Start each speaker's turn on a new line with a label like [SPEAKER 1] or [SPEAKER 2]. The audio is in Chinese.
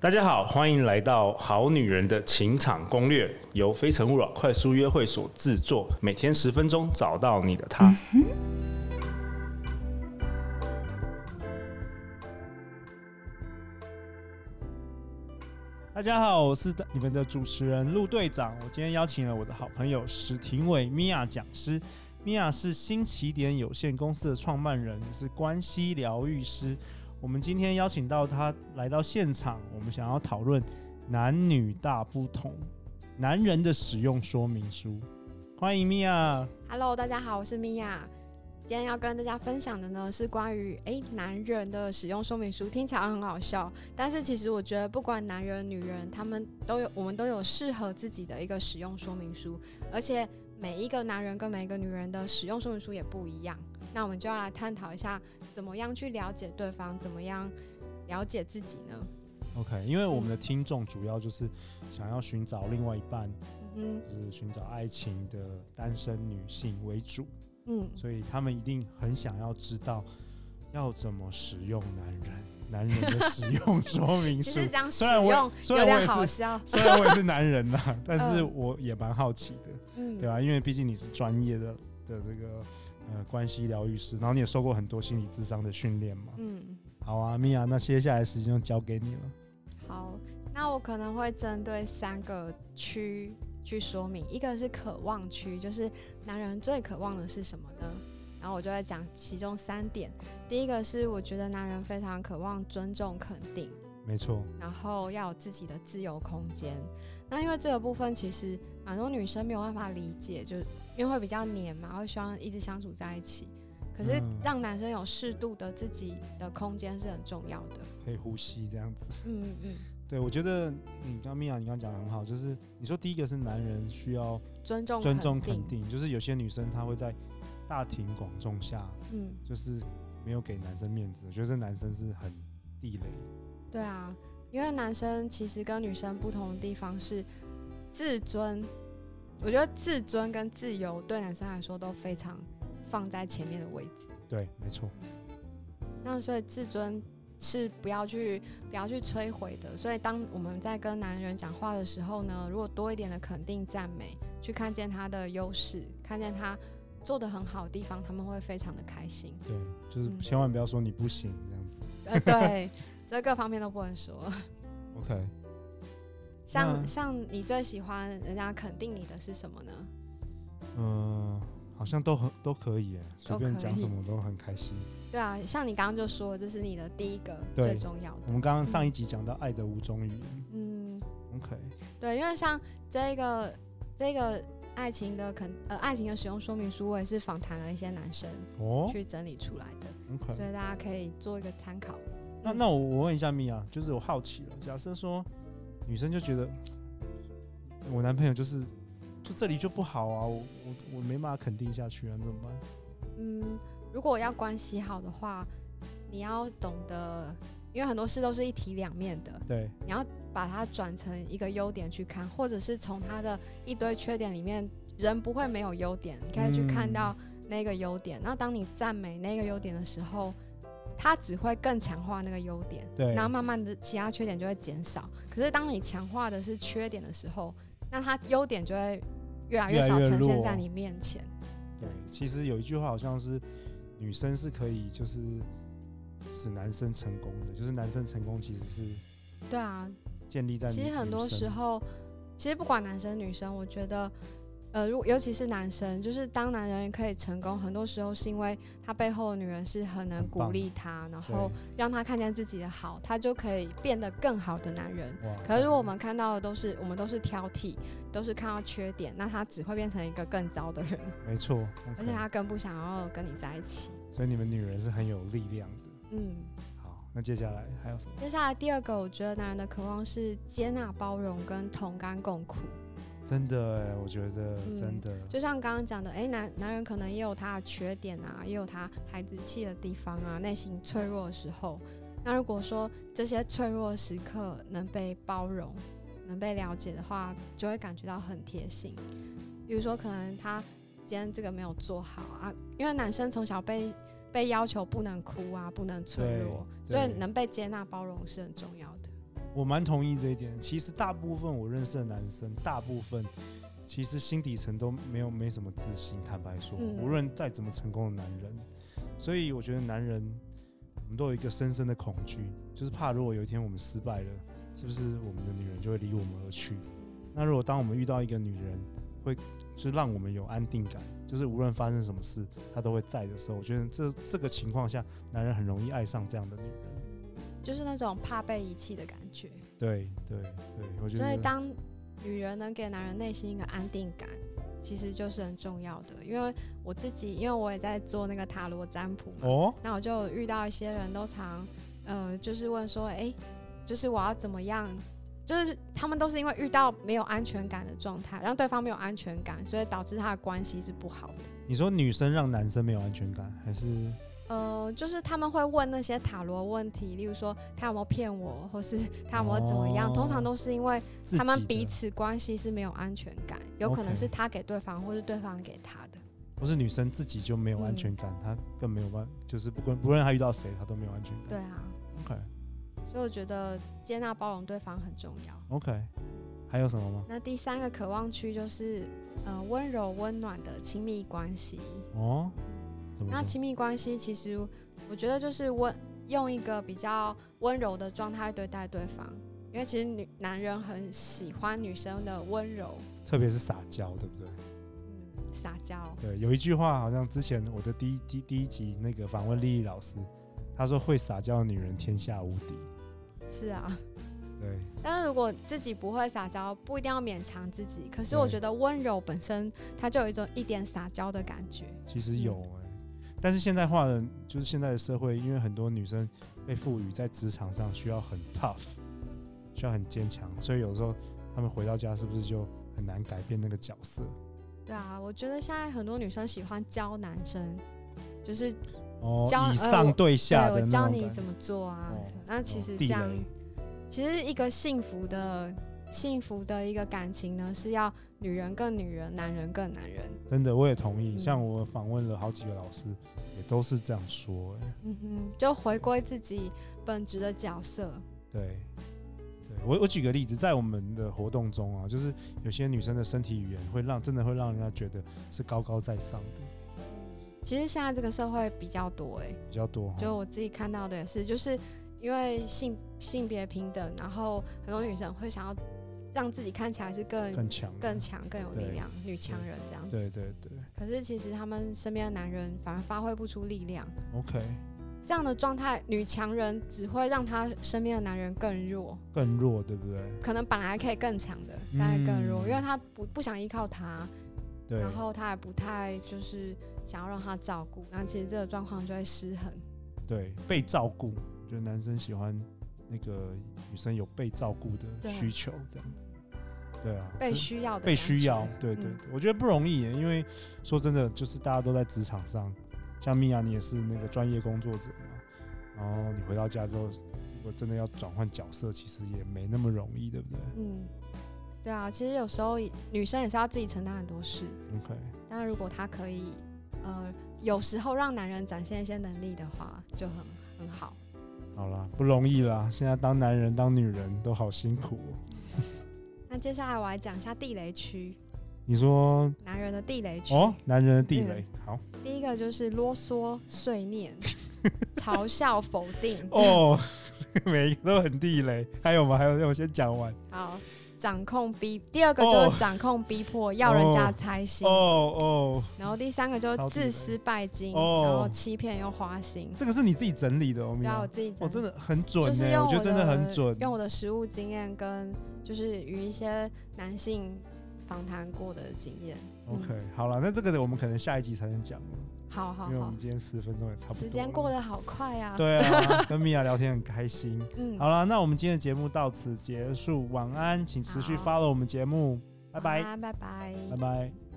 [SPEAKER 1] 大家好，欢迎来到《好女人的情场攻略》，由非诚勿扰快速约会所制作，每天十分钟，找到你的他。
[SPEAKER 2] 大家好，我是你们的主持人陆队长。我今天邀请了我的好朋友史廷伟米娅讲师。米娅是新起点有限公司的创办人，也是关系疗愈师。我们今天邀请到她来到现场，我们想要讨论男女大不同，男人的使用说明书。欢迎米娅。
[SPEAKER 3] Hello，大家好，我是米娅。今天要跟大家分享的呢是关于诶男人的使用说明书，听起来很好笑，但是其实我觉得不管男人女人，他们都有我们都有适合自己的一个使用说明书，而且每一个男人跟每一个女人的使用说明书也不一样。那我们就要来探讨一下，怎么样去了解对方，怎么样了解自己呢？
[SPEAKER 2] OK，因为我们的听众主要就是想要寻找另外一半，
[SPEAKER 3] 嗯
[SPEAKER 2] 就是寻找爱情的单身女性为主。
[SPEAKER 3] 嗯，
[SPEAKER 2] 所以他们一定很想要知道要怎么使用男人，男人的使用说明
[SPEAKER 3] 其
[SPEAKER 2] 书
[SPEAKER 3] 实。这样
[SPEAKER 2] 嗯
[SPEAKER 3] 使
[SPEAKER 2] 虽然我
[SPEAKER 3] 用
[SPEAKER 2] 虽
[SPEAKER 3] 有
[SPEAKER 2] 然我
[SPEAKER 3] 点
[SPEAKER 2] 也
[SPEAKER 3] 好
[SPEAKER 2] 是，
[SPEAKER 3] 笑，
[SPEAKER 2] 虽然我也是男人呐、但是
[SPEAKER 3] 嗯
[SPEAKER 2] 我也蛮好奇的，
[SPEAKER 3] 嗯，
[SPEAKER 2] 对啊吧、因为毕竟你是专业的的这个呃关系疗愈师，然后你也受过很多心理智商的训练嘛。
[SPEAKER 3] 嗯。
[SPEAKER 2] 好啊，米娅，那接下来时间就交给你了。
[SPEAKER 3] 好，那我可能会针对三个区去说明，一个是渴望区，就是男人最渴望的是什么呢？然后我就会讲其中三点。第一个是我觉得男人非常渴望尊重、肯定，
[SPEAKER 2] 没错，
[SPEAKER 3] 然后要有自己的自由空间。那因为这个部分其实蛮多女生没有办法理解，就是因为会比较黏嘛，会希望一直相处在一起。可是
[SPEAKER 2] 嗯
[SPEAKER 3] 让男生有适度的自己的空间是很重要的。
[SPEAKER 2] 可以呼吸这样子。
[SPEAKER 3] 嗯嗯嗯，
[SPEAKER 2] 对，我觉得你刚米娅，你刚讲的很好，就是你说第一个是男人需要
[SPEAKER 3] 尊重、
[SPEAKER 2] 尊重肯定，就是有些女生她会在大庭广众下，
[SPEAKER 3] 嗯，
[SPEAKER 2] 就是没有给男生面子，我觉得这男生是很地雷。
[SPEAKER 3] 对啊，因为男生其实跟女生不同的地方是自尊，我觉得自尊跟自由对男生来说都非常放在前面的位置。
[SPEAKER 2] 对，没错，
[SPEAKER 3] 那所以自尊是不要去不要去摧毁的。所以当我们在跟男人讲话的时候呢，如果多一点的肯定、赞美，去看见他的优势，看见他做的很好的地方，他们会非常的开心。
[SPEAKER 2] 对，就是
[SPEAKER 3] 嗯
[SPEAKER 2] 千万不要说你不行这样子。
[SPEAKER 3] 呃，对，这各方面都不能说。
[SPEAKER 2] OK，那
[SPEAKER 3] 像像你最喜欢人家肯定你的是什么呢？
[SPEAKER 2] 嗯、好像都很都可以耶，随
[SPEAKER 3] 都
[SPEAKER 2] 便
[SPEAKER 3] 可
[SPEAKER 2] 讲什
[SPEAKER 3] 以
[SPEAKER 2] 么都很开心。
[SPEAKER 3] 对啊，像你刚刚就说，这是你的第一个
[SPEAKER 2] 对
[SPEAKER 3] 最重要
[SPEAKER 2] 我
[SPEAKER 3] 的。
[SPEAKER 2] 们刚刚上一集讲到爱的五种语言
[SPEAKER 3] 嗯，
[SPEAKER 2] ，OK，
[SPEAKER 3] 对，因为像这个这个爱情的肯呃爱情的使用说明书，我也是访谈了一些男生
[SPEAKER 2] 哦
[SPEAKER 3] 去整理出来的，
[SPEAKER 2] ，OK，
[SPEAKER 3] 所以大家可以做一个参考。
[SPEAKER 2] 那
[SPEAKER 3] 嗯
[SPEAKER 2] 那我我问一下米娅，就是我好奇了，假设说女生就觉得我男朋友就是就这里就不好啊，我我我没办法肯定下去啊，那怎么办？
[SPEAKER 3] 嗯，如果要关系好的话，你要懂得，因为很多事都是一体两面的，
[SPEAKER 2] 对，
[SPEAKER 3] 你要把它转成一个优点去看，或者是从他的一堆缺点里面，人不会没有优点，你可以去看到
[SPEAKER 2] 嗯
[SPEAKER 3] 那个优点。那当你赞美那个优点的时候，他只会更强化那个优点，
[SPEAKER 2] 对
[SPEAKER 3] 然后慢慢的其他缺点就会减少。可是当你强化的是缺点的时候，那他优点就会越来
[SPEAKER 2] 越来
[SPEAKER 3] 少
[SPEAKER 2] 越
[SPEAKER 3] 呈现
[SPEAKER 2] 弱
[SPEAKER 3] 在你面前。
[SPEAKER 2] 对，其实有一句话好像是女生是可以就是使男生成功的，就是男生成功其实是
[SPEAKER 3] 对啊，
[SPEAKER 2] 建立在
[SPEAKER 3] 其实
[SPEAKER 2] 女
[SPEAKER 3] 很
[SPEAKER 2] 女
[SPEAKER 3] 多
[SPEAKER 2] 生
[SPEAKER 3] 时候，其实不管男生女生，我觉得，呃，如尤其是男生，就是当男人可以成功，很多时候是因为他背后的女人是很能
[SPEAKER 2] 很棒
[SPEAKER 3] 鼓励他，然
[SPEAKER 2] 对
[SPEAKER 3] 后让他看见自己的好，他就可以变得更好的男人。
[SPEAKER 2] 哇，
[SPEAKER 3] 可是如果我们看到的都是我们都是挑剔，都是看到缺点，那他只会变成一个更糟的人，
[SPEAKER 2] 没错，
[SPEAKER 3] 而且他更不想要跟你在一起。
[SPEAKER 2] 所以你们女人是很有力量的。
[SPEAKER 3] 嗯，
[SPEAKER 2] 好，那接下来还有什么？
[SPEAKER 3] 接下来第二个，我觉得男人的渴望是接纳、包容跟同甘共苦。
[SPEAKER 2] 真的哎，我觉得
[SPEAKER 3] 嗯
[SPEAKER 2] 真的，
[SPEAKER 3] 就像刚刚讲的，哎、男男人可能也有他的缺点啊，也有他孩子气的地方啊，内心脆弱的时候。那如果说这些脆弱的时刻能被包容、能被了解的话，就会感觉到很贴心。比如说，可能他今天这个没有做好啊，因为男生从小被被要求不能哭啊，不能脆弱，
[SPEAKER 2] 对
[SPEAKER 3] 所以
[SPEAKER 2] 对
[SPEAKER 3] 能被接纳包容是很重要的。
[SPEAKER 2] 我我蛮同意这一点。其实大部分我认识的男生，大部分其实心底层都没有没什么自信。坦白说，
[SPEAKER 3] 嗯
[SPEAKER 2] 无论再怎么成功的男人，所以我觉得男人，我们都有一个深深的恐惧，就是怕如果有一天我们失败了，是不是我们的女人就会离我们而去？那如果当我们遇到一个女人，会就是让我们有安定感，就是无论发生什么事，她都会在的时候，我觉得这这个情况下，男人很容易爱上这样的女人。
[SPEAKER 3] 就是那种怕被遗弃的感觉。
[SPEAKER 2] 对对对，我觉得
[SPEAKER 3] 所以当女人能给男人内心一个安定感，其实就是很重要的。因为我自己，因为我也在做那个塔罗占卜嘛，
[SPEAKER 2] 哦，
[SPEAKER 3] 那我就遇到一些人都常，呃，就是问说，诶，就是我要怎么样？就是他们都是因为遇到没有安全感的状态，让对方没有安全感，所以导致他的关系是不好的。
[SPEAKER 2] 你说女生让男生没有安全感，还是
[SPEAKER 3] 呃，就是他们会问那些塔罗问题，例如说他有没有骗我，或是他有没有怎么样，
[SPEAKER 2] 哦
[SPEAKER 3] 通常都是因为
[SPEAKER 2] 自己
[SPEAKER 3] 他们
[SPEAKER 2] 的
[SPEAKER 3] 彼此关系是没有安全感，有可能
[SPEAKER 2] OK
[SPEAKER 3] 是他给对方，或是对方给他的。
[SPEAKER 2] 不是女生自己就没有安全感，她更没有办，就是不管不论她遇到谁，她都没有安全感。
[SPEAKER 3] 对啊，
[SPEAKER 2] OK
[SPEAKER 3] 所以我觉得接纳包容对方很重要。
[SPEAKER 2] OK，还有什么吗？
[SPEAKER 3] 那第三个渴望区就是，呃，温柔温暖的亲密关系。
[SPEAKER 2] 哦，怎么
[SPEAKER 3] 那
[SPEAKER 2] 说？
[SPEAKER 3] 亲密关系其实我觉得就是温用一个比较温柔的状态对待对方，因为其实女男人很喜欢女生的温柔，
[SPEAKER 2] 特别是撒娇，对不对？
[SPEAKER 3] 嗯，撒娇。
[SPEAKER 2] 对，有一句话好像之前我的第一第第一集那个访问丽丽老师，她说会撒娇的女人天下无敌。
[SPEAKER 3] 是啊，
[SPEAKER 2] 对，
[SPEAKER 3] 但是如果自己不会撒娇，不一定要勉强自己。可是我
[SPEAKER 2] 对
[SPEAKER 3] 觉得温柔本身，它就有一种一点撒娇的感觉。
[SPEAKER 2] 其实
[SPEAKER 3] 嗯
[SPEAKER 2] 有哎、但是现代化的就是现在的社会，因为很多女生被赋予在职场上需要很 tough，需要很坚强，所以有时候她们回到家是不是就很难改变那个角色？
[SPEAKER 3] 对啊，我觉得现在很多女生喜欢教男生，就是
[SPEAKER 2] 哦，
[SPEAKER 3] 教
[SPEAKER 2] 以
[SPEAKER 3] 呃
[SPEAKER 2] 上
[SPEAKER 3] 我
[SPEAKER 2] 对
[SPEAKER 3] 对
[SPEAKER 2] 下
[SPEAKER 3] 我
[SPEAKER 2] 的那
[SPEAKER 3] 教
[SPEAKER 2] 种
[SPEAKER 3] 你
[SPEAKER 2] 感
[SPEAKER 3] 怎么做啊
[SPEAKER 2] 哦
[SPEAKER 3] 什么那其
[SPEAKER 2] 哦
[SPEAKER 3] 实这
[SPEAKER 2] 地
[SPEAKER 3] 样
[SPEAKER 2] 雷，
[SPEAKER 3] 其实一个幸福的幸福的一个感情呢，是要女人更女人，男人更男人。
[SPEAKER 2] 真的，我也同意。
[SPEAKER 3] 嗯
[SPEAKER 2] 像我访问了好几个老师，也都是这样说、欸。
[SPEAKER 3] 嗯哼，就回归自己本职的角色。
[SPEAKER 2] 对，对我我举个例子，在我们的活动中啊，就是有些女生的身体语言会让真的会让人家觉得是高高在上的
[SPEAKER 3] 其实现在这个社会比较多哎、
[SPEAKER 2] 比较多哈。
[SPEAKER 3] 就我自己看到的也是，就是因为性性别平等，然后很多女生会想要让自己看起来是更
[SPEAKER 2] 更强的，
[SPEAKER 3] 更强、更有力
[SPEAKER 2] 对
[SPEAKER 3] 量，女强人这样子。
[SPEAKER 2] 对对对
[SPEAKER 3] 可是其实他们身边的男人反而发挥不出力量，
[SPEAKER 2] ，OK，
[SPEAKER 3] 这样的状态，女强人只会让她身边的男人更弱，
[SPEAKER 2] 更弱，对不对？
[SPEAKER 3] 可能本来可以更强的，但是更弱，
[SPEAKER 2] 嗯
[SPEAKER 3] 因为她不不想依靠他，
[SPEAKER 2] 对，
[SPEAKER 3] 然后她也不太就是想要让他照顾，那其实这个状况就会失衡。
[SPEAKER 2] 对被照顾，我觉得男生喜欢那个女生有被照顾的
[SPEAKER 3] 对
[SPEAKER 2] 需求，这样子。对啊，
[SPEAKER 3] 被
[SPEAKER 2] 就是
[SPEAKER 3] 需要的感觉，
[SPEAKER 2] 被需要，对对
[SPEAKER 3] 嗯
[SPEAKER 2] 对，我觉得不容易耶，因为说真的，就是大家都在职场上，像米娅你也是那个专业工作者嘛，然后你回到家之后，如果真的要转换角色，其实也没那么容易，对不对
[SPEAKER 3] 嗯，对啊，其实有时候女生也是要自己承担很多事，
[SPEAKER 2] ？OK，
[SPEAKER 3] 但如果她可以，呃，有时候让男人展现一些能力的话，就很很好。
[SPEAKER 2] 好啦，不容易啦，现在当男人当女人都好辛苦、哦。
[SPEAKER 3] 那接下来我来讲一下地雷区，
[SPEAKER 2] 你说
[SPEAKER 3] 男人的地雷区。
[SPEAKER 2] 哦，男人的地雷，
[SPEAKER 3] 嗯
[SPEAKER 2] 好
[SPEAKER 3] 第一个就是啰嗦、碎念、嘲笑、否定，
[SPEAKER 2] 哦，每一个都很地雷。还有吗？还有，让我先讲完。
[SPEAKER 3] 好，掌控逼。第二个就
[SPEAKER 2] 哦
[SPEAKER 3] 是掌控逼迫，要人家猜心。
[SPEAKER 2] 哦哦，
[SPEAKER 3] 然后第三个就是
[SPEAKER 2] 超地雷
[SPEAKER 3] 自私拜金，
[SPEAKER 2] 哦
[SPEAKER 3] 然后欺骗又花心。
[SPEAKER 2] 这个是你自己整理的哦，米
[SPEAKER 3] 对啊，
[SPEAKER 2] 娅
[SPEAKER 3] 我。自己整
[SPEAKER 2] 哦，真的很准
[SPEAKER 3] 就
[SPEAKER 2] 呢、
[SPEAKER 3] 是用
[SPEAKER 2] 我觉得真的很准。
[SPEAKER 3] 用我的实物经验跟就是与一些男性访谈过的经验。嗯
[SPEAKER 2] OK，好了，那这个的我们可能下一集才能讲了，
[SPEAKER 3] 好好
[SPEAKER 2] 因为我
[SPEAKER 3] 好
[SPEAKER 2] 们，今天十分钟也差不多。
[SPEAKER 3] 时间过。得好快啊。，
[SPEAKER 2] 对 啊，跟米娅聊天很开心。
[SPEAKER 3] 嗯，
[SPEAKER 2] 好了，那我们今天的节目到此结束，晚安，请持续
[SPEAKER 3] 好
[SPEAKER 2] follow 我们节目，拜拜，
[SPEAKER 3] 啊晚安，拜拜
[SPEAKER 2] 拜拜。